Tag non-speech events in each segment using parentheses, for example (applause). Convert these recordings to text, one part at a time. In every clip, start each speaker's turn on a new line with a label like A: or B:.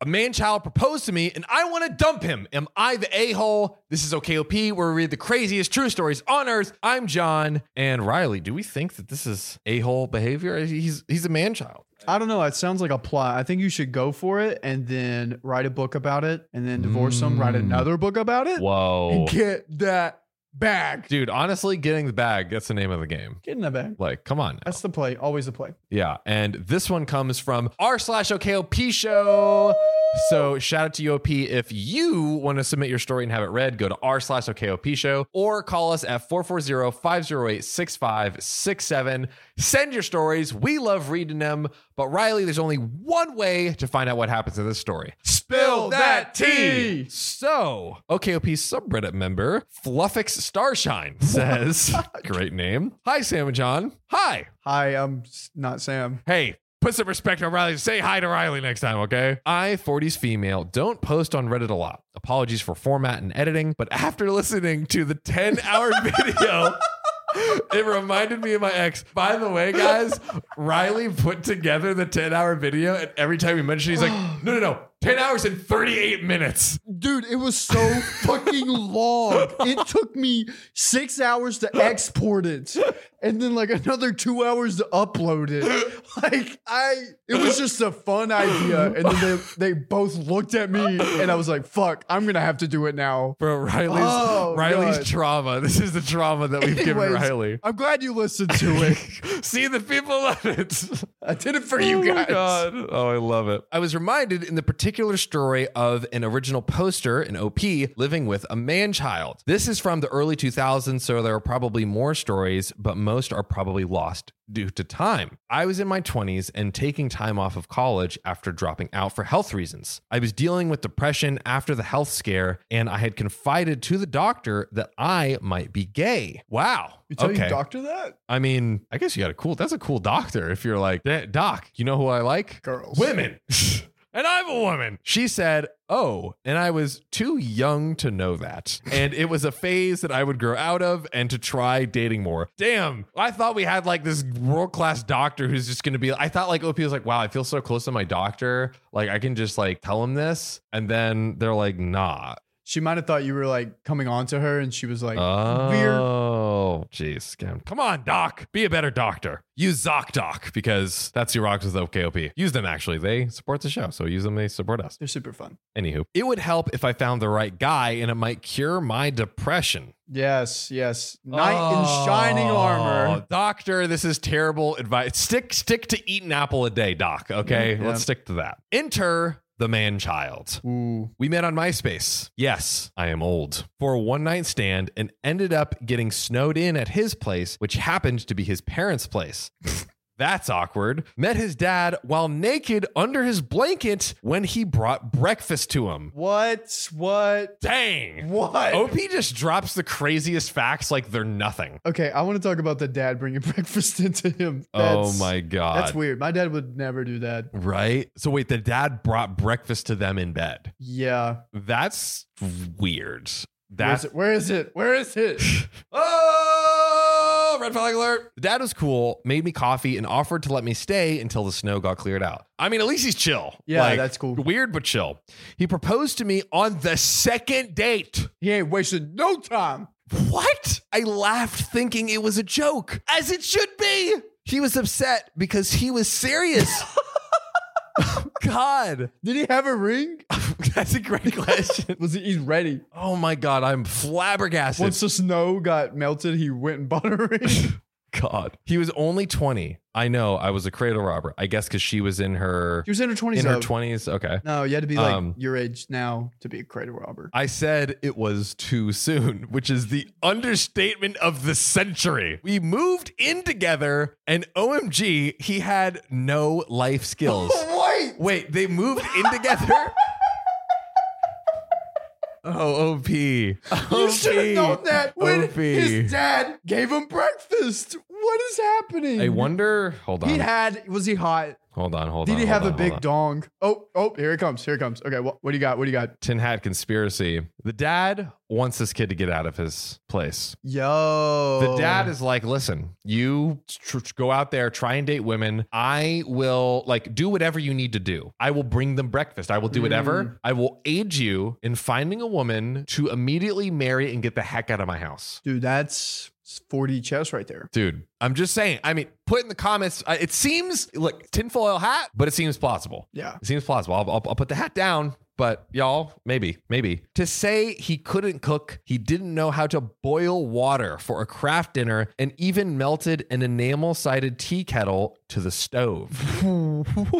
A: a man child proposed to me and I want to dump him. Am I the a hole? This is OKOP, where we read the craziest true stories on earth. I'm John and Riley. Do we think that this is a hole behavior? He's he's a man child.
B: I don't know. It sounds like a plot. I think you should go for it and then write a book about it and then divorce them, write
A: Mm.
B: another book about it,
A: Whoa,
B: and get that bag.
A: dude. Honestly, getting the bag. That's the name of the game.
B: Get in the bag.
A: Like, come on. now.
B: That's the play. Always the play.
A: Yeah, and this one comes from r slash OKOP show. So shout out to UOP. If you want to submit your story and have it read, go to r slash OKOP show or call us at 440-508-6567. Send your stories. We love reading them. But Riley, there's only one way to find out what happens in this story. Spill
B: that tea.
A: So OKOP subreddit member Fluffix
B: (laughs)
A: Starshine says, great name. Hi, Sam and John. Hi.
B: Hi, I'm s- not Sam.
A: Hey, put some respect on Riley. Say hi to Riley next time, okay? I, 40s female, don't post on Reddit a lot. Apologies for format and editing, but after listening to the 10
C: (laughs)
A: hour video, it reminded me of my ex. By the way, guys, Riley put together the 10 hour video, and every time we mentioned it, he's like, (gasps) no, no, no, 10 hours and 38 minutes.
C: Dude, it
B: (laughs)
C: was so fucking long. It took me six hours to export it and then like another two hours to upload it. Like, I, it was just a fun idea. And then they, they both looked at me and I was like, fuck, I'm going to have to do it now.
A: Bro, Riley's
C: Oh,
A: Riley's
C: God.
A: trauma. This is the trauma that we've given
C: Anyways,
A: Riley.
C: I'm glad you listened to it.
A: See, the people love it. (laughs)
C: I did it for you
A: Oh my
C: guys.
A: God. Oh, I love it. I was reminded in the particular story of an original poster, an OP, living with a man child. This is from the early 2000s, so there are probably more stories, but most are probably lost due to time. I was in my 20s and taking time off of college after dropping out for health reasons. I was dealing with depression after the health scare, and I had confided to the doctor that I might be gay. Wow.
C: You tell
A: Okay.
C: your doctor that?
A: I mean, I guess you got a cool. That's a cool doctor. If you're like, "Eh, Doc, you know who I like? (laughs)
C: Girls.
A: Women. and I'm a woman. She said, Oh, and I was too young to know that. And it was a phase that I would grow out of and to try dating more. Damn. I thought we had like this world class doctor who's just going to be, I thought like OP was like, Wow, I feel so close to my doctor. Like I can just like tell him this. And then they're like, Nah.
B: She might have thought you were like coming on to her and she was like,
A: Uh. Oh, jeez. Cam. Come on, Doc. Be a better doctor. Use ZocDoc because that's your rocks with OKOP. Use them, actually. They support the show. So use them. They support us.
B: they're super fun.
A: Anywho, it would help if I found the right guy and it might cure my depression.
B: Yes, yes. Knight in shining
A: Oh,
B: armor.
A: Doctor, this is terrible advice. Stick stick to eat an apple a day, Doc. Okay?
B: Mm, yeah.
A: Let's stick to that. Enter the man child.
B: Ooh.
A: We met on MySpace. Yes, I am old. For a one night stand and ended up getting snowed in at his place, which happened to be his
B: (laughs)
A: parents' place. That's awkward. Met his dad while naked under his blanket when he brought breakfast to him.
B: What? What?
A: (laughs) Dang.
B: What?
A: OP just drops the craziest facts like they're nothing.
B: Okay, I want to talk about the dad bringing (laughs) breakfast into him.
A: oh
B: That's-
A: my God.
B: That's weird. My dad would never do that.
A: Right? So, wait, the dad brought breakfast to them in bed.
B: Yeah.
A: That's weird.
B: Where's
A: That's
B: it? Where is it? Where is it?
A: (sighs) Oh, red flag alert. The dad was cool, made me coffee, and offered to let me stay until the snow got cleared out. I mean, at least he's chill.
B: Yeah, that's cool.
A: Weird, but chill. He proposed to me on the second date.
B: He ain't wasting no time.
A: What? I laughed thinking it was a joke, as it should be. He was upset because he
B: (laughs)
A: was serious. God, (laughs)
B: Did he have a ring?
A: that's
B: (laughs)
A: a great question.
B: Was he he's ready?
A: Oh my God, I'm flabbergasted.
B: Once the snow got melted, he went and bought a (laughs) ring.
A: God. He was only 20. I know. I was a cradle robber. I guess because she was in her
B: He was in her twenties.
A: in her 20s. Okay.
B: No, you had to be like
A: Um,
B: your age now to be a cradle robber.
A: I said it was too soon, (laughs) which is the understatement of the century. We moved in together, and OMG, he had no life
C: (laughs)
A: skills.
B: Wait.
A: Wait, they moved in together? Oh, OP. You
B: You should have known that when
A: OP.
B: his dad gave him breakfast. What?
C: What is happening?
A: I wonder. Hold
C: he
A: on.
C: had was he hot?
A: hold on. Hold on.
C: Did he
A: hold
C: have
A: on,
C: a
A: hold
C: big
A: on.
C: dong? Oh, oh, here it comes. Here it comes. Okay, what what do you got? What do you got?
A: tin hat conspiracy? The dad wants this kid to get out of his place.
B: Yo.
C: Oh.
A: The dad is like, listen, you tr- tr- go out there, try and date women. I will like do whatever you need to do. I will bring them breakfast. I will do whatever.
C: Mm.
A: I will aid you in finding a woman to immediately marry and get the heck out of my house.
B: Dude, that's
C: 40 chess right there.
A: Dude, I'm just saying. I mean, put in the comments. Uh, it seems like tinfoil hat, but it seems plausible.
C: Yeah.
A: It seems plausible. I'll, I'll, I'll put the hat down. But y'all, maybe, maybe. To say he couldn't cook, he didn't know how to boil water for a craft dinner, and even melted an enamel sided tea kettle to the stove.
C: (laughs)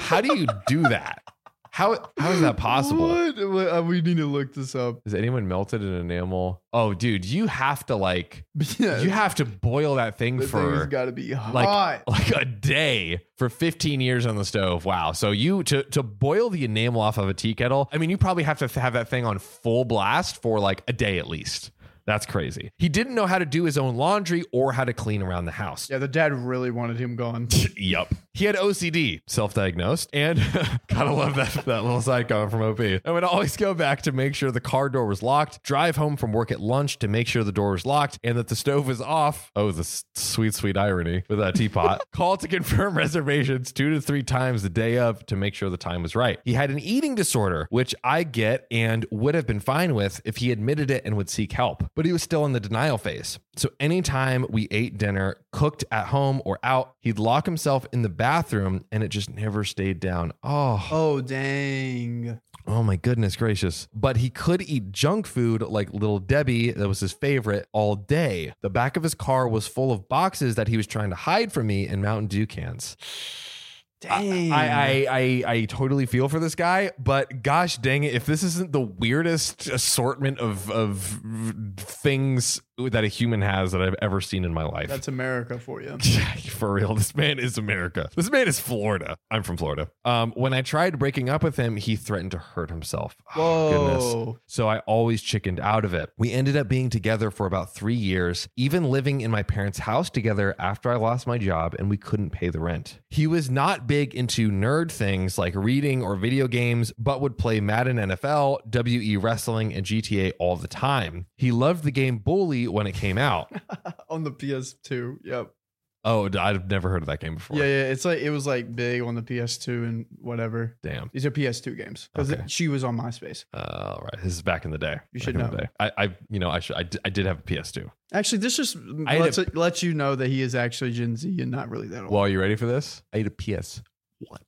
A: How do you do that? How, how is that (laughs) possible?
C: What? What- uh, We need to look this up. (laughs)
A: Has anyone melted an enamel? Oh, dude, you have to like,
C: Yeah,
A: you have to boil that thing
C: Uh, the thing has
A: for
C: got to be hot.
A: like like a day for 15 years on the stove. Wow. So you to to boil the enamel off of a tea kettle. I mean, you probably have to th- have that thing on full blast for like a day at least. That's crazy. He didn't know how to do his own laundry or how to clean around the house.
C: yeah, the dad really wanted him gone.
A: Yup. He had OCD, self diagnosed, and (laughs) gotta love that, that little side comment from OP. I would always go back to make sure the car door was locked, drive home from work at lunch to make sure the door was locked and that the stove was off. Oh, the s- sweet, sweet irony with that teapot. Call to confirm reservations two to three times the day of to make sure the time was right. He had an eating disorder, which I get and would have been fine with if he admitted it and would seek help, but he was still in the denial phase. So anytime we ate dinner, cooked at home or out, he'd lock himself in the bathroom and it just never stayed down. Oh,
B: Oh dang.
A: oh my goodness gracious. But he could eat junk food like Little Debbie, that was his favorite, all day. The back of his car was full of boxes that he was trying to hide from me and Mountain Dew cans.
B: Dang.
A: I, I, I, I totally feel for this guy, but gosh dang it, if this isn't the weirdest assortment of, of things that a human has that I've ever seen in my life.
C: That's America for you.
A: (laughs) for real, this man is America. This man is Florida. I'm from Florida. Um, when I tried breaking up with him, he threatened to hurt himself. Oh, goodness.
B: Whoa.
A: So I always chickened out of it. We ended up being together for about three years, even living in my parents' house together after I lost my job and we couldn't pay the rent. He was not big into nerd things like reading or video games, but would play Madden NFL, WE E Wrestling, and GTA all the time. He loved the game Bully when it came
C: (laughs)
A: out.
C: on the PS2. Yep.
A: Oh, I've never heard of that game before.
C: Yeah, yeah. It's like it was like big on the PS2 and whatever.
A: Damn.
C: These are PS2 games because
A: Okay.
C: she was on MySpace.
A: Uh, all right. This is back in the day.
C: You
A: Back
C: should
A: in the
C: know.
A: day. I, I, you know, I should. I, d- I did have a PS2.
C: Actually, this just
A: I had
C: lets, it, lets you know that he is actually Gen Z and not really that old.
A: Well, are you ready for this? I had a PS one.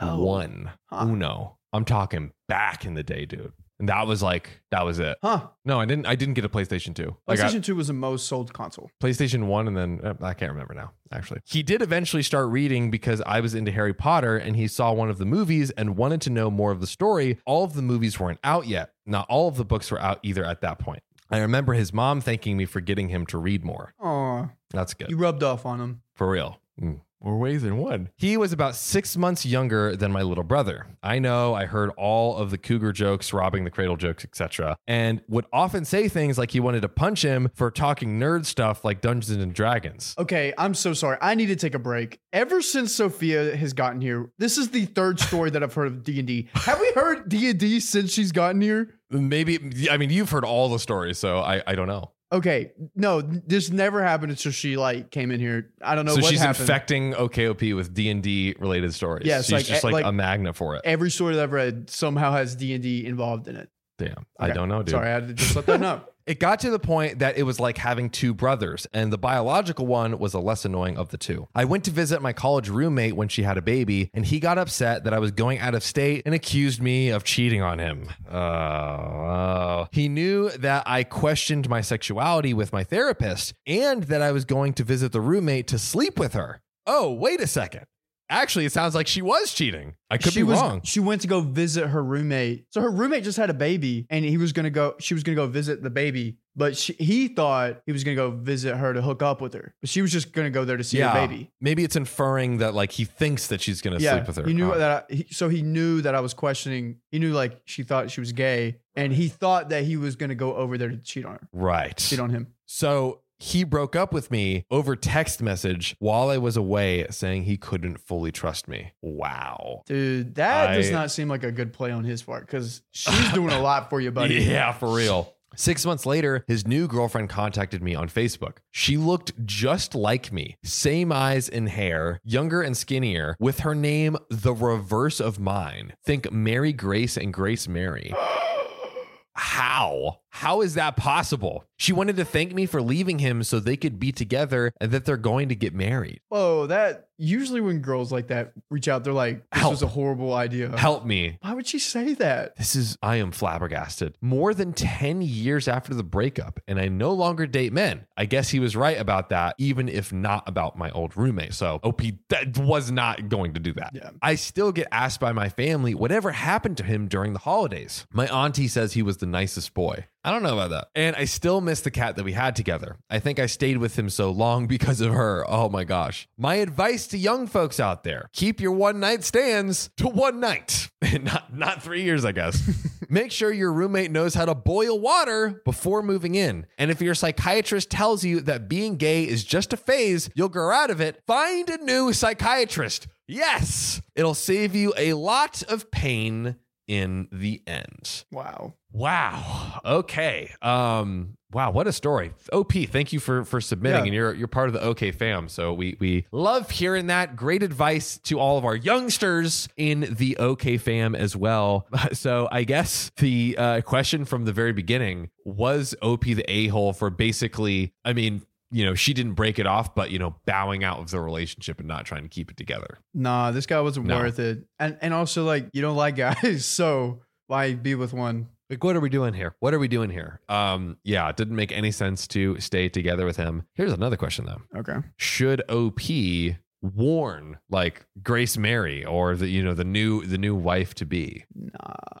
C: Yo.
A: Uh, One.
C: Huh.
A: Uno. I'm talking back in the day, dude. And that was like that was it.
C: Huh.
A: No, I didn't. I didn't get a PlayStation Two. I got
C: PlayStation 2 was the most sold console.
A: PlayStation One, and then uh, I can't remember now. Actually, he did eventually start reading because I was into Harry Potter, and he saw one of the movies and wanted to know more of the story. All of the movies weren't out yet. Not all of the books were out either at that point. I remember his mom thanking me for getting him to read more.
C: Oh,
A: That's good.
C: you rubbed off on him.
A: For real.
C: Mm.
A: More ways than one. He was about six months younger than my little brother. I know I heard all of the cougar jokes, robbing the cradle jokes, etc., and would often say things like he wanted to punch him for talking nerd stuff like Dungeons and Dragons.
C: Okay, I'm so sorry. I need to take a break. Ever since Sophia has gotten here, this is the third story that I've heard of D&D. Have we heard D&D since she's gotten here?
A: Maybe I mean you've heard all the stories, so I, I don't know.
C: Okay, no, this never happened until she like came in here. I don't know
A: so
C: what
A: she's
C: happened.
A: infecting OKOP with D and D related stories.
C: Yeah, it's
A: she's
C: like-
A: just like,
C: like-
A: a magnet for it.
C: Every story that I've read somehow has D&D involved in it.
A: Damn, I
C: Okay.
A: don't know, Oh, dude.
C: Sorry, I had to just let that know.
A: It got to the point that it was like having two brothers, and the biological one was the less annoying of the two. I went to visit my college roommate when she had a baby, and he got upset that I was going out of state and accused me of cheating on him. Oh, oh. He knew that I questioned my sexuality with my therapist and that I was going to visit the roommate to sleep with her. Oh, wait a second. Actually, it sounds like she was cheating. (laughs) I could
C: she
A: be
C: was,
A: wrong.
C: She went to go visit her roommate. So her roommate just had a baby, and he was gonna go. She was gonna go visit the baby, but she, he thought he was gonna go visit her to hook up with her. But she was just gonna go there to see her baby.
A: Maybe it's inferring that like he thinks that she's gonna
C: yeah,
A: sleep with her.
C: he knew
A: Oh.
C: that. I, he, so he knew that I was questioning. He knew like she thought she was gay, and he thought that he was gonna go over there to cheat on her,
A: Right.
C: cheat on him.
A: So he broke up with me over text message while I was away, saying he couldn't fully trust me. Wow.
C: Dude, that does
A: I-
C: not seem like a good play on his part because
A: (laughs)
C: she's doing a lot for you, buddy. (gasps)
A: Yeah, for real. Six months later, his new girlfriend contacted me on Facebook. She looked just like me, same eyes and hair, younger and skinnier, with her name the reverse of mine. Think Mary Grace and Grace Mary. How? How is that possible? She wanted to thank me for leaving him so they could be together and that they're going to get married.
C: Whoa, Oh, that usually when girls like that reach out, they're like, this
A: Help.
C: was a horrible idea.
A: Help me.
C: Why would she say that?
A: This is, I am flabbergasted. More than 10 years after the breakup, and I no longer date men. I guess he was right about that, even if not about my old roommate. So, OP that was not going to do that.
C: Yeah.
A: I still get asked by my family whatever happened to him during the holidays. My auntie says he was the nicest boy. I don't know about that. And I still miss the cat that we had together. I think I stayed with him so long because of her. Oh my gosh. My advice to young folks out there keep your one night stands to one night. (laughs) not, not three years, I guess. Make sure your roommate knows how to boil water before moving in. And if your psychiatrist tells you that being gay is just a phase, you'll grow out of it. Find a new psychiatrist. Yes, it'll save you a lot of pain in the end.
C: Wow.
A: Wow. Okay. Um wow, what a story. OP, thank you for for submitting
C: Yeah.
A: and you're you're part of the OK fam. So we we love hearing that. Great advice to all of our youngsters in the OK fam as well. (laughs) So I guess the uh question from the very beginning was OP the a-hole for basically, I mean, you know, she didn't break it off, but you know, bowing out of the relationship and not trying to keep it together.
C: Nah, this guy wasn't
A: No.
C: worth it. And and also like you don't like guys, (laughs) so why be with one?
A: Like, what are we doing here? What are we doing here? Um, yeah, it didn't make any sense to stay together with him. Here's another question though.
C: Okay.
A: Should OP warn like Grace Mary or the you know the new the new wife to be?
C: Nah.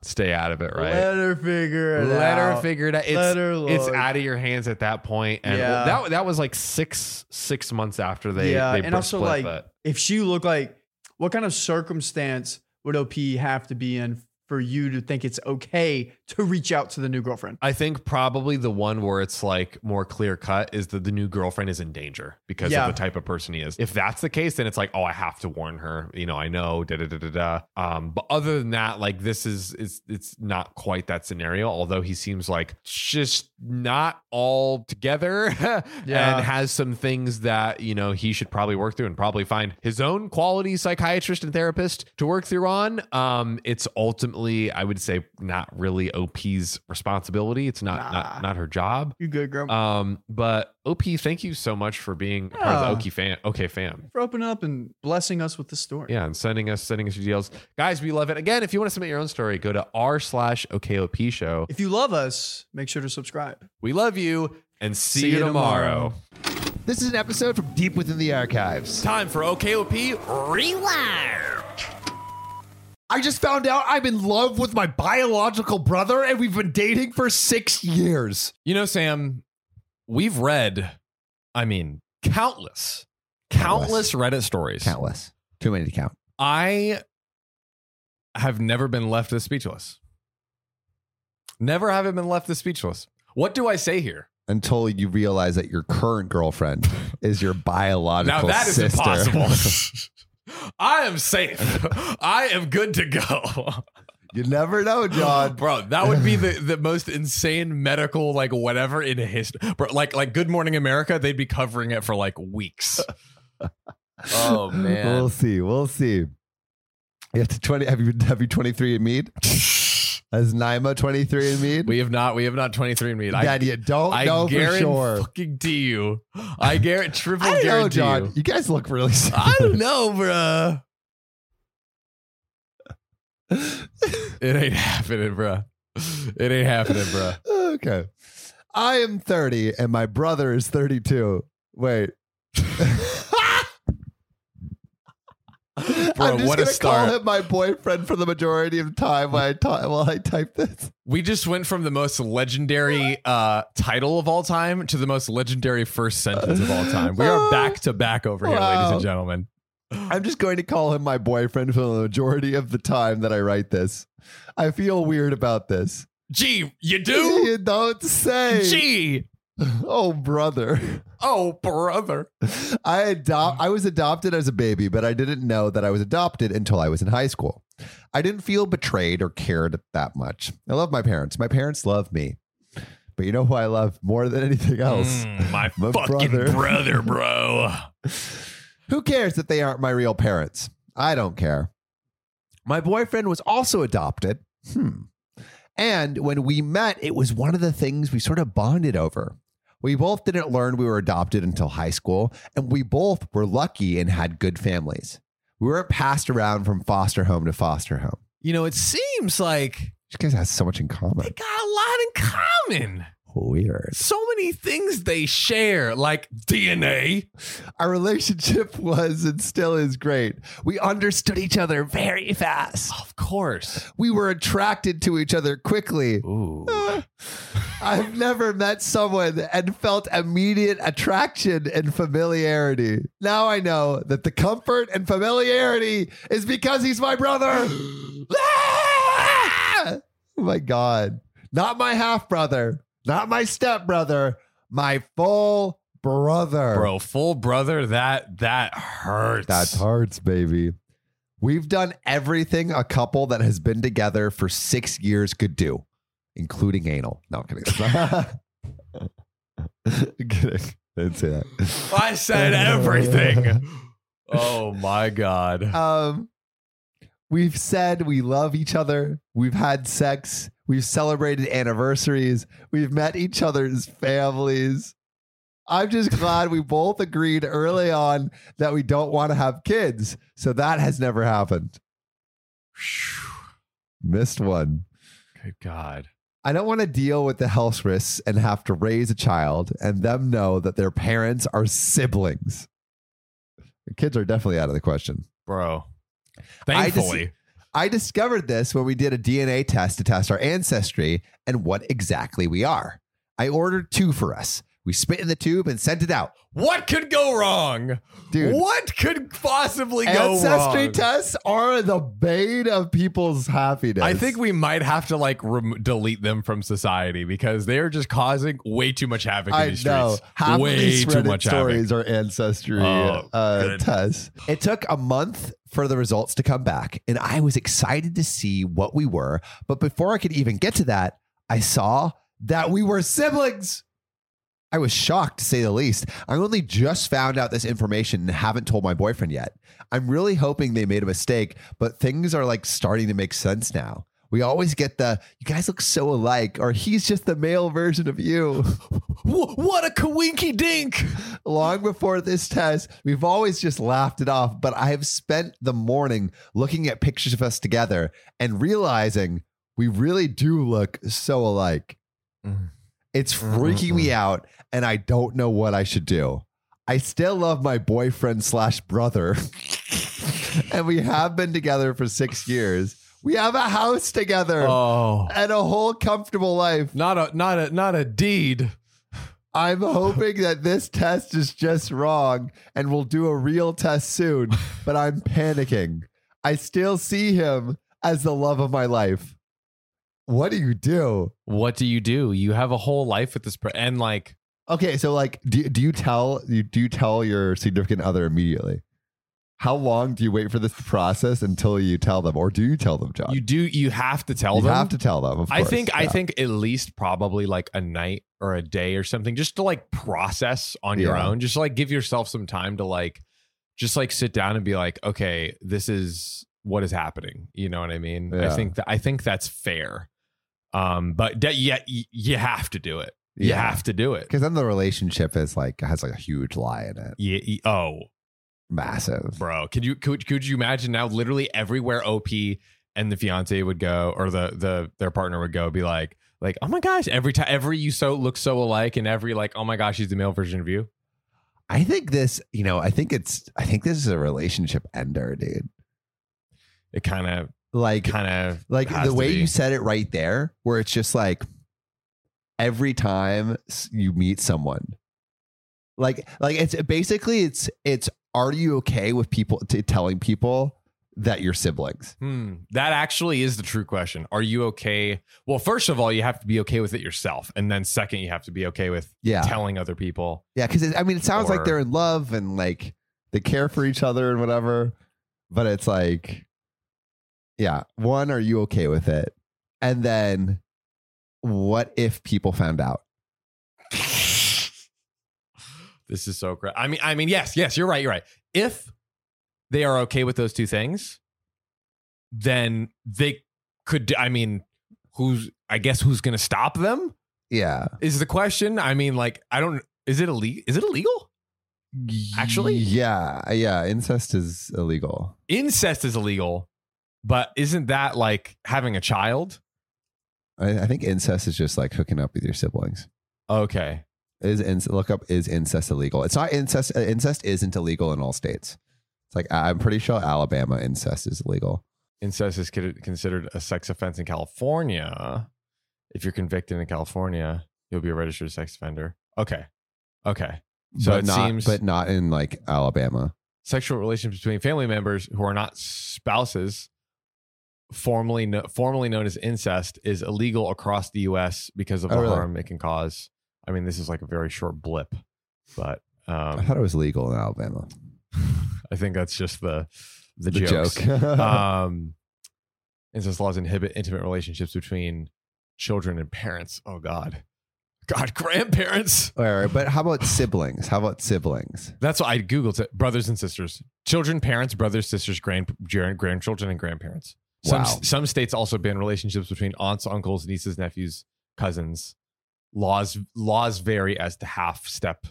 A: Stay out of it, right?
C: Let her figure it
A: Let
C: out.
A: her figure it out. It's
C: Let her
A: it's
C: look.
A: out of your hands at that point. And
C: Yeah.
A: that that was like six six months after they
C: Yeah,
A: they
C: and
A: br-
C: also,
A: split,
C: like,
A: but-
C: if she looked like what kind of circumstance would OP have to be in for you to think it's okay to reach out to the new girlfriend?
A: I think probably the one where it's like more clear cut is that the new girlfriend is in danger because
C: Yeah.
A: of the type of person he is. If that's the case, then it's like, oh, I have to warn her. You know, I know, da da da da da. Um, but other than that, like this is it's it's not quite that scenario. Although he seems like just not all together (laughs)
C: Yeah.
A: and has some things that you know he should probably work through and probably find his own quality psychiatrist and therapist to work through on. Um, it's ultimately, I would say, not really OP's responsibility. It's not
C: Nah.
A: not, not her job.
C: You good, girl?
A: Um, but OP, thank you so much for being a part of the
C: Yeah.
A: OK fam. OK fam.
C: for opening up and blessing us with this story.
A: Yeah, and sending us sending us your deals, guys. We love it. Again, if you want to submit your own story, go to r slash OKOP show.
C: If you love us, make sure to subscribe.
A: We love you and see,
C: See
A: you
C: you
A: tomorrow.
C: tomorrow.
D: This is an episode from deep within the archives.
A: Time for OKOP Rewind.
D: I just found out I'm in love with my biological brother and we've been dating for six years.
A: You know, Sam, we've read, I mean, countless, countless Reddit stories.
D: Countless. Too many to count.
A: I have never been left this speechless. Never have I been left this speechless. What do I say here?
D: Until you realize that your
A: (laughs)
D: current girlfriend is your
A: now
D: biological
A: that is
D: sister.
A: impossible. I am safe. I am good to go.
D: (laughs) you never
A: Oh,
D: know, John.
A: (laughs) Bro, that would be the, the most insane medical like whatever in history. Bro, like like Good Morning America, they'd be covering it for like
D: (laughs)
A: weeks. Oh, man.
D: We'll see. We'll see. You have to 20 have you have you 23 and mead? Has Naima 23 and
A: (laughs)
D: mead?
A: We have not we have not 23 and meat.
D: That you don't
A: I
D: know for
A: guarantee
D: sure.
A: fucking to you. I guarantee triple
D: I don't know,
A: guarantee
D: John.
A: you.
D: You guys
A: (laughs)
D: look really similar.
A: I don't know, bruh. it ain't happening, bruh. It ain't happening, bruh.
D: okay. I am 30 and my brother is 32.
A: (laughs)
D: Wait. I'm just
A: what a
D: gonna
A: start.
D: call him my boyfriend for the majority of the time while I, ta- while I type this.
A: We just went from the most legendary uh, title of all time to the most legendary first sentence of all time. We (laughs) are back to back over here, ladies and
D: Wow.
A: gentlemen.
D: I'm just going to call him my boyfriend for the majority of the time that I write this. I feel weird about this.
A: Gee, you do? (laughs)
D: (laughs) You don't say.
A: Gee,
D: Oh, brother.
A: Oh, brother.
D: I adopt I was adopted as a baby, but I didn't know that I was adopted until I was in high school. I didn't feel betrayed or cared that much. I love my parents. My parents love me. But you know who I love more than anything else?
A: Mm, (laughs) my,
D: My
A: fucking brother.
D: brother.
A: bro.
D: Who cares that they aren't my real parents? I don't care. My boyfriend was also adopted. Hmm. And when we met, it was one of the things we sort of bonded over. We both didn't learn we were adopted until high school, and we both were lucky and had good families. We weren't passed around from foster home to foster home.
A: You know, it seems like
D: These guys have so much in
A: they (laughs)
D: common.
A: got a lot in common.
D: Weird.
A: So many things they share, like DNA.
D: Our relationship (laughs) was and still is great. We understood each other very fast.
A: Of course. Uh,
D: We were attracted to each other quickly.
A: Ooh.
D: I've never met someone and felt immediate attraction and familiarity. Now I know that the comfort and familiarity is because he's my brother. Ah! oh my God. Not my half brother, not my step brother, my full brother.
A: Bro, full brother, that that hurts.
D: That hurts, baby. We've done everything a couple that has been together for six years could do, including anal. No, I'm kidding. (laughs) kidding. I didn't say that.
A: I
D: (laughs)
A: said everything. oh my god.
D: Um, we've said we love each other. We've had sex. We've celebrated anniversaries. We've met each other's families. I'm just glad we both agreed early on that we don't want to have kids. So that has never happened. Missed one.
A: Good god.
D: I don't want to deal with the health risks and have to raise a child and them know that their parents are siblings. Kids are definitely out of the question.
A: Bro.
D: I just-
A: Thankfully.
D: I discovered this when we did a DNA test to test our ancestry and what exactly we are. I ordered two for us. We spit in the tube and sent it out.
A: What could go wrong?
D: Dude.
A: What could possibly go
D: ancestry
A: wrong?
D: tests are the bane of people's happiness.
A: I think we might have to like rem- delete them from society because they're just causing way too much havoc in
D: I
A: these
D: know.
A: streets.
D: Half
A: way
D: of these
A: too
D: Reddit
A: much havoc.
D: stories are ancestry
A: Oh,
D: uh,
A: good.
D: tests. It took a month for the results to come back, and I was excited to see what we were. But before I could even get to that, I saw that we were siblings. I was shocked to say the least. I only just found out this information and haven't told my boyfriend yet. I'm really hoping they made a mistake, but things are like starting to make sense now. We always get the, you guys look so alike, or he's just the male version
A: (laughs)
D: of you.
A: Wh- what a coinky dink.
D: Long before this test, we've always just laughed it off, but I have spent the morning looking at pictures of us together and realizing we really do look so alike.
A: Mm.
D: It's freaking me out, and I don't know what I should do. I still love my boyfriend slash brother, (laughs) and we have been together for six years. We have a house together
A: Oh.
D: and a whole comfortable life.
A: Not a not a not a deed.
D: I'm hoping that this test is just wrong and we'll do a real test soon, but I'm panicking. I still see him as the love of my life. What do you do?
A: What do you do? You have a whole life with this per- and like
D: Okay, so like do, do you tell you do you tell your significant other immediately? How long do you wait for this process until you tell them or do you tell them, John?
A: you do you have to tell
D: You
A: them.
D: have to tell them. Of
A: I
D: course,
A: think I
D: yeah.
A: think at least probably like a night or a day or something just to like process on your
D: Yeah.
A: own. Just like give yourself some time to like just like sit down and be like, okay, this is what is happening. You know what I mean? I
D: Yeah.
A: think that I think that's fair. Um, but that yet y- you have to do it. You
D: Yeah.
A: have to do it.
D: because then the relationship is like has like a huge lie in it.
A: Yeah. y- Oh,
D: Massive.
A: bro could you could, could you imagine now literally everywhere op and the fiance would go or the the their partner would go be like like oh my gosh every time every you so look so alike and every like oh my gosh he's the male version of you
D: I think this, you know, I think it's, I think this is a relationship ender, dude.
A: it kind of
D: Like,
A: kind of
D: like
A: has
D: the
A: to
D: way
A: be.
D: you said it right there, where it's just like every time s- you meet someone, like, like it's basically it's it's are you okay with people t- telling people that you're siblings?
A: Hmm. That actually is the true question. Are you okay? Well, first of all, you have to be okay with it yourself. And then second, you have to be okay with
D: Yeah.
A: telling other people.
D: Yeah, because I mean, it sounds
A: Or-
D: like they're in love and like they care for each other and whatever, but it's like, yeah, one, are you okay with it? And then, what if people found out?
A: This is so great. I mean, I mean, yes, yes, you're right. You're right. If they are okay with those two things, then they could. I mean, who's? I guess who's going to stop them
D: Yeah,
A: is the question. I mean, like, I don't. Is it illegal? Is it illegal? Actually?
D: yeah, yeah, incest is illegal.
A: Incest is illegal, but isn't that like having a child?
D: I, I think incest is just like hooking up with your siblings.
A: Okay.
D: Is inc- look up is incest illegal? It's not incest. uh, Incest isn't illegal in all states. It's like I- I'm pretty sure Alabama incest is illegal.
A: incest is con- considered a sex offense in California. If you're convicted in California, you'll be a registered sex offender. Okay. Okay. So
D: but
A: it
D: not,
A: seems
D: but not in like Alabama.
A: sexual relations between family members who are not spouses, formerly kno- formerly known as incest, is illegal across the U.S. because of
D: Oh,
A: the
D: really?
A: harm it can cause. I mean, this is like a very short blip, but
D: I
A: um,
D: (laughs) thought it was legal in Alabama.
A: I think that's just the the,
D: The
A: jokes.
D: joke. (laughs) Uh-huh.
A: um, incest laws inhibit intimate relationships between children and parents. Oh God, God, (laughs) grandparents.
D: all right, but how about siblings? How about siblings?
A: That's what I googled. It. Brothers and sisters, children, parents, brothers, sisters, grand, grand grandchildren, and grandparents. Some
D: Wow.
A: some states also ban relationships between aunts, uncles, nieces, nephews, cousins. Laws laws vary as to half step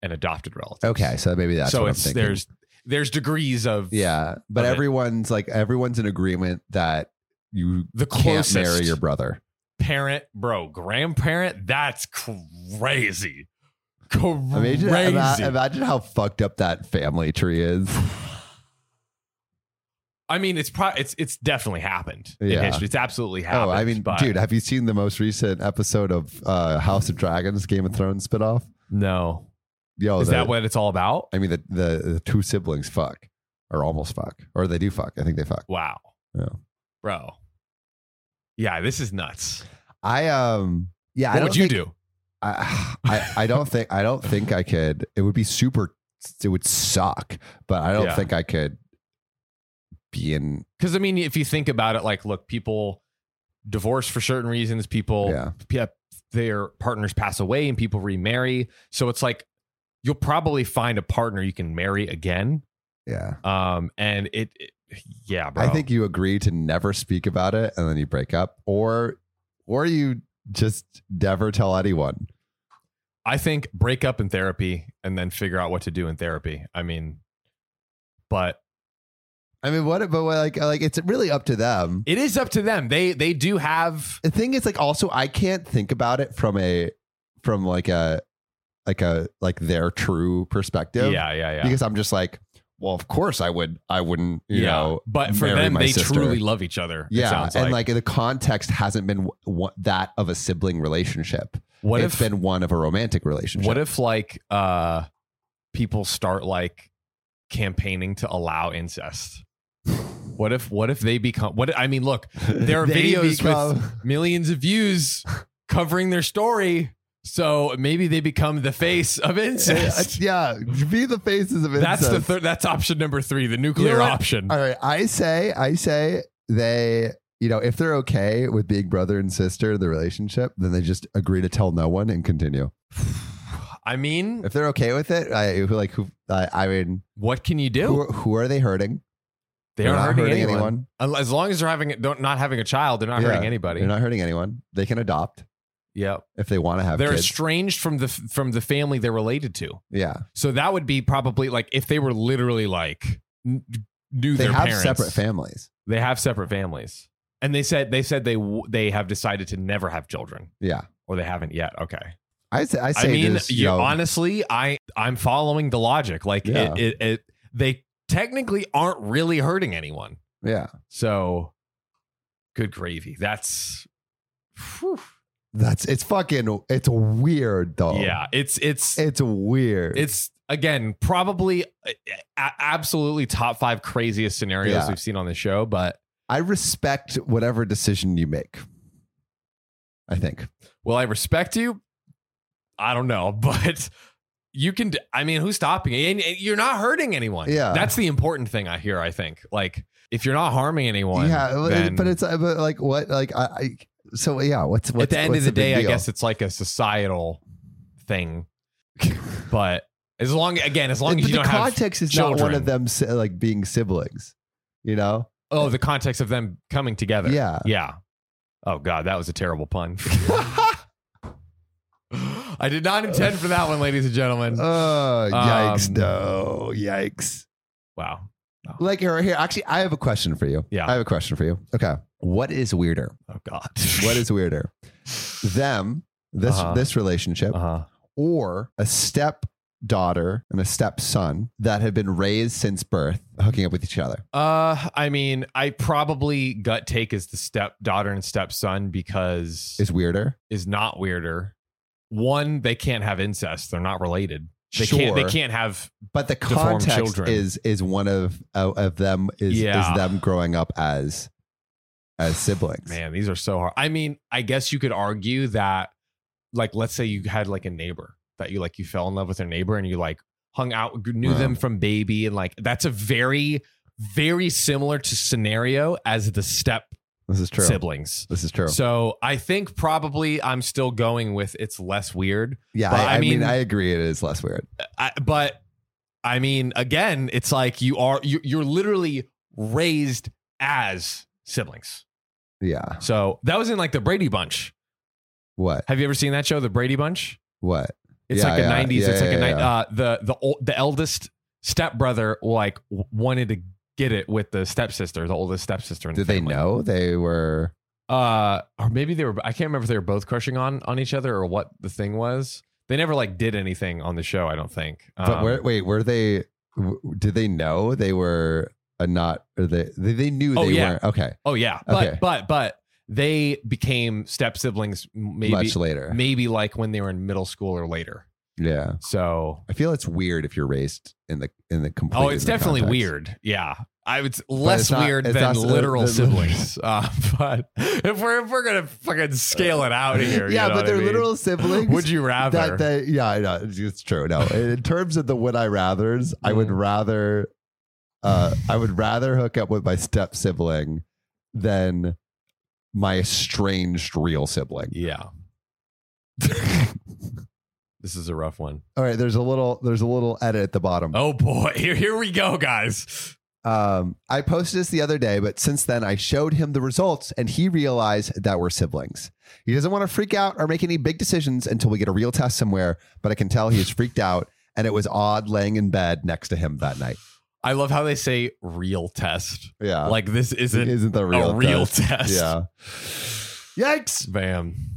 A: and adopted relatives.
D: Okay, so maybe that's
A: so
D: what
A: it's
D: I'm thinking.
A: there's there's degrees of
D: yeah, but
A: Okay.
D: everyone's like everyone's in agreement that you
A: the
D: can't
A: closest
D: marry your brother.
A: parent, bro, grandparent, that's crazy. Crazy.
D: Imagine, ima- imagine how fucked up that family tree
A: (laughs)
D: is.
A: I mean, it's pro- it's it's definitely happened in
D: Yeah.
A: history. It's absolutely happened.
D: oh, I mean,
A: but-
D: dude, have you seen the most recent episode of uh, House of Dragons, Game of Thrones spinoff?
A: no,
D: Yo,
A: is
D: Oh, the-
A: that what it's all about?
D: I mean, the, the the two siblings fuck or almost fuck, or they do fuck. I think they fuck.
A: Wow,
D: Yeah.
A: bro. Yeah, this is nuts.
D: I um, yeah. I
A: what
D: don't
A: would you
D: think-
A: do?
D: (sighs) I, I I don't think I don't think I could. It would be super. It would suck, but I don't
A: Yeah.
D: think I could be in.
A: Because I mean, if you think about it, like, look, people divorce for certain reasons. People,
D: Yeah.
A: yeah, their partners pass away, and people remarry. So it's like you'll probably find a partner you can marry again.
D: Yeah,
A: Um, and it, it- yeah, bro.
D: I think you agree to never speak about it, and then you break up, or or you just never tell anyone.
A: I think break up in therapy and then figure out what to do in therapy. I mean, but
D: I mean, what? But what, like like it's really up to them.
A: it is up to them. They they do have
D: the thing is like also I can't think about it from a from like a like a like their true perspective.
A: yeah yeah yeah
D: Because I'm just like, well, of course I would. I wouldn't. You
A: yeah.
D: know.
A: but for
D: marry
A: them,
D: my
A: they
D: sister.
A: truly love each other. it
D: Yeah,
A: sounds
D: and like. the context hasn't been w- w- that of a sibling relationship.
A: what
D: it's
A: if
D: been one of a romantic relationship.
A: what if like uh people start like campaigning to allow incest? What if what if they become what I mean? Look, there are
D: (laughs) They
A: videos
D: become-
A: (laughs) with millions of views covering their story. So maybe they become the face
D: (laughs)
A: of incest.
D: yeah, be the faces of incest.
A: That's the third. That's option number three, the nuclear
D: what?
A: option.
D: All right, I say, I say they. You know, if they're okay with being brother and sister in the relationship, then they just agree to tell no one and continue.
A: I mean,
D: If they're okay with it, I who like who. I I mean,
A: what can you do?
D: who, are- who are they hurting?
A: they
D: They're
A: aren't
D: not
A: hurting, anyone. Unl- As long as they're having don't not having a child, they're not
D: Yeah,
A: hurting anybody.
D: They're not hurting anyone. They can adopt
A: yep,
D: if they want to have
A: they're
D: kids.
A: estranged from the from the family they're related to.
D: yeah,
A: So that would be probably like if they were literally like n- knew
D: they
A: their
D: have
A: parents.
D: separate families.
A: They have separate families, and they said they said they w- they have decided to never have children,
D: Yeah.
A: or they haven't yet. Okay,
D: I say, I
A: I
D: say
A: mean,
D: just,
A: you
D: you know,
A: honestly, I I'm following the logic. Like
D: Yeah.
A: it, it, it, they technically aren't really hurting anyone.
D: yeah,
A: So, good gravy. That's whew.
D: that's it's fucking it's weird though.
A: yeah. It's it's
D: it's weird.
A: it's again, probably uh, a- absolutely top five craziest scenarios
D: Yeah.
A: we've seen on the show, but
D: I respect whatever decision you make. I think.
A: will I respect you? I don't know, (laughs) but you can. d- I mean, who's stopping you? And, and you're not hurting anyone.
D: Yeah.
A: that's the important thing I hear. I think like if you're not harming anyone,
D: yeah, but-
A: then
D: but it's uh, but like what like I, I so yeah. What's, what's
A: at the end of
D: what's
A: the
D: big
A: day, I
D: deal?
A: guess it's like a societal thing. but as long again, as long
D: But
A: as you
D: the
A: don't have
D: context is not one
A: children.
D: of them si- like being siblings, you know.
A: oh the context of them coming together.
D: Yeah.
A: yeah. Oh god, that was a terrible
D: (laughs)
A: pun. I did not intend for that one, ladies and gentlemen.
D: Oh yikes!
A: Um,
D: no, yikes.
A: Wow.
D: Like here, here. Actually, I have a question for you.
A: Yeah.
D: I have a question for you. Okay, what is weirder?
A: Oh god.
D: What is
A: (laughs)
D: weirder? them this
A: Uh-huh.
D: this relationship
A: Uh-huh.
D: or a stepdaughter and a stepson that have been raised since birth hooking up with each other?
A: Uh, I mean, I probably gut take is the stepdaughter and stepson because
D: Is weirder.
A: is not weirder. One, they can't have incest; they're not related. They can't. They
D: Sure.
A: can't have.
D: but the
A: deformed
D: context
A: children.
D: is is one of of of them is
A: Yeah.
D: is them growing up as as siblings.
A: Man, these are so hard. I mean, I guess you could argue that, like, let's say you had like a neighbor that you like, you fell in love with their neighbor, and you like hung out, knew
D: Yeah.
A: them from baby, and like that's a very, very similar to scenario as the step
D: This is true.
A: siblings.
D: This is true.
A: So I think probably I'm still going with it's less weird.
D: yeah,
A: but
D: I,
A: I
D: I mean,
A: mean-
D: I agree. It is less weird.
A: I, but I mean, again, it's like you are you, you're literally raised as siblings.
D: Yeah.
A: So that was in like the Brady Bunch.
D: What?
A: Have you ever seen that show, The Brady Bunch?
D: What?
A: It's
D: Yeah,
A: like a
D: yeah,
A: '90s.
D: yeah,
A: it's like
D: yeah,
A: a nine
D: yeah.
A: Uh, the the old, the eldest stepbrother like w- wanted to get it with the stepsister, the oldest stepsister. In the
D: Did they
A: family.
D: know they were?
A: uh or maybe they were i can't remember if they were both crushing on on each other or what the thing was they never like did anything on the show i don't think
D: But
A: Um,
D: where, wait, were they? w- Did they know they were a not? Or they they, they knew
A: Oh,
D: they
A: yeah.
D: weren't. Okay,
A: oh yeah
D: Okay.
A: but but but they became step siblings maybe
D: much later.
A: maybe like when they were in middle school or later
D: yeah,
A: so
D: I feel it's weird if you're raised in the in the complete.
A: oh it's
D: in the
A: definitely
D: context.
A: weird yeah i would less
D: it's not-
A: weird
D: it's
A: than
D: not- (laughs)
A: literal
D: the- the-
A: siblings (laughs) uh, but if we're if we're gonna fucking scale it out here
D: (laughs)
A: you know
D: yeah, but
A: what I
D: they're
A: mean?
D: literal siblings.
A: (laughs) would you rather
D: that, that yeah, I know it's
A: (laughs)
D: true. No, in in terms of the would I rather's, I would
A: Mm.
D: rather, uh, I would rather hook up with my step sibling than my estranged real sibling.
A: yeah this is a rough one
D: All right, there's a little there's a little edit at the bottom.
A: Oh boy, (laughs) here, here we go, guys.
D: Um, I posted this the other day, but since then I showed him the results and he realized that we're siblings. He doesn't want to freak out or make any big decisions until we get a real test somewhere, but I can tell he's freaked out and it was odd laying in bed next to him that night.
A: I love how they say real test.
D: Yeah.
A: like this isn't
D: Uh, isn't the real,
A: a real
D: test.
A: test.
D: Yeah. Yikes.
A: Bam.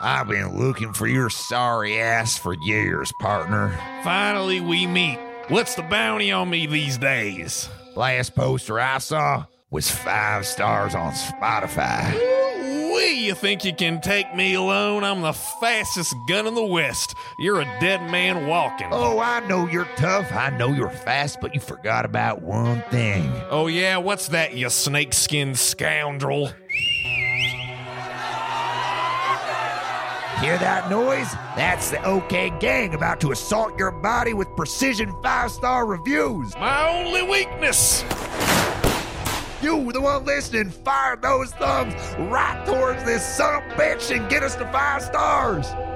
E: I've been looking for your sorry ass for years, partner.
F: Finally, we meet. What's the bounty on me these days?
E: Last poster I saw was five stars on Spotify.
F: Wee, you think you can take me alone? I'm the fastest gun in the West. You're a dead man walking.
E: Oh, I know you're tough. I know you're fast, but you forgot about one thing.
F: Oh, yeah, what's that, you snakeskin scoundrel?
E: Hear that noise? That's the OK Gang about to assault your body with precision five star reviews.
F: My only weakness.
E: You, the one listening, fire those thumbs right towards this son of a bitch and get us to five stars.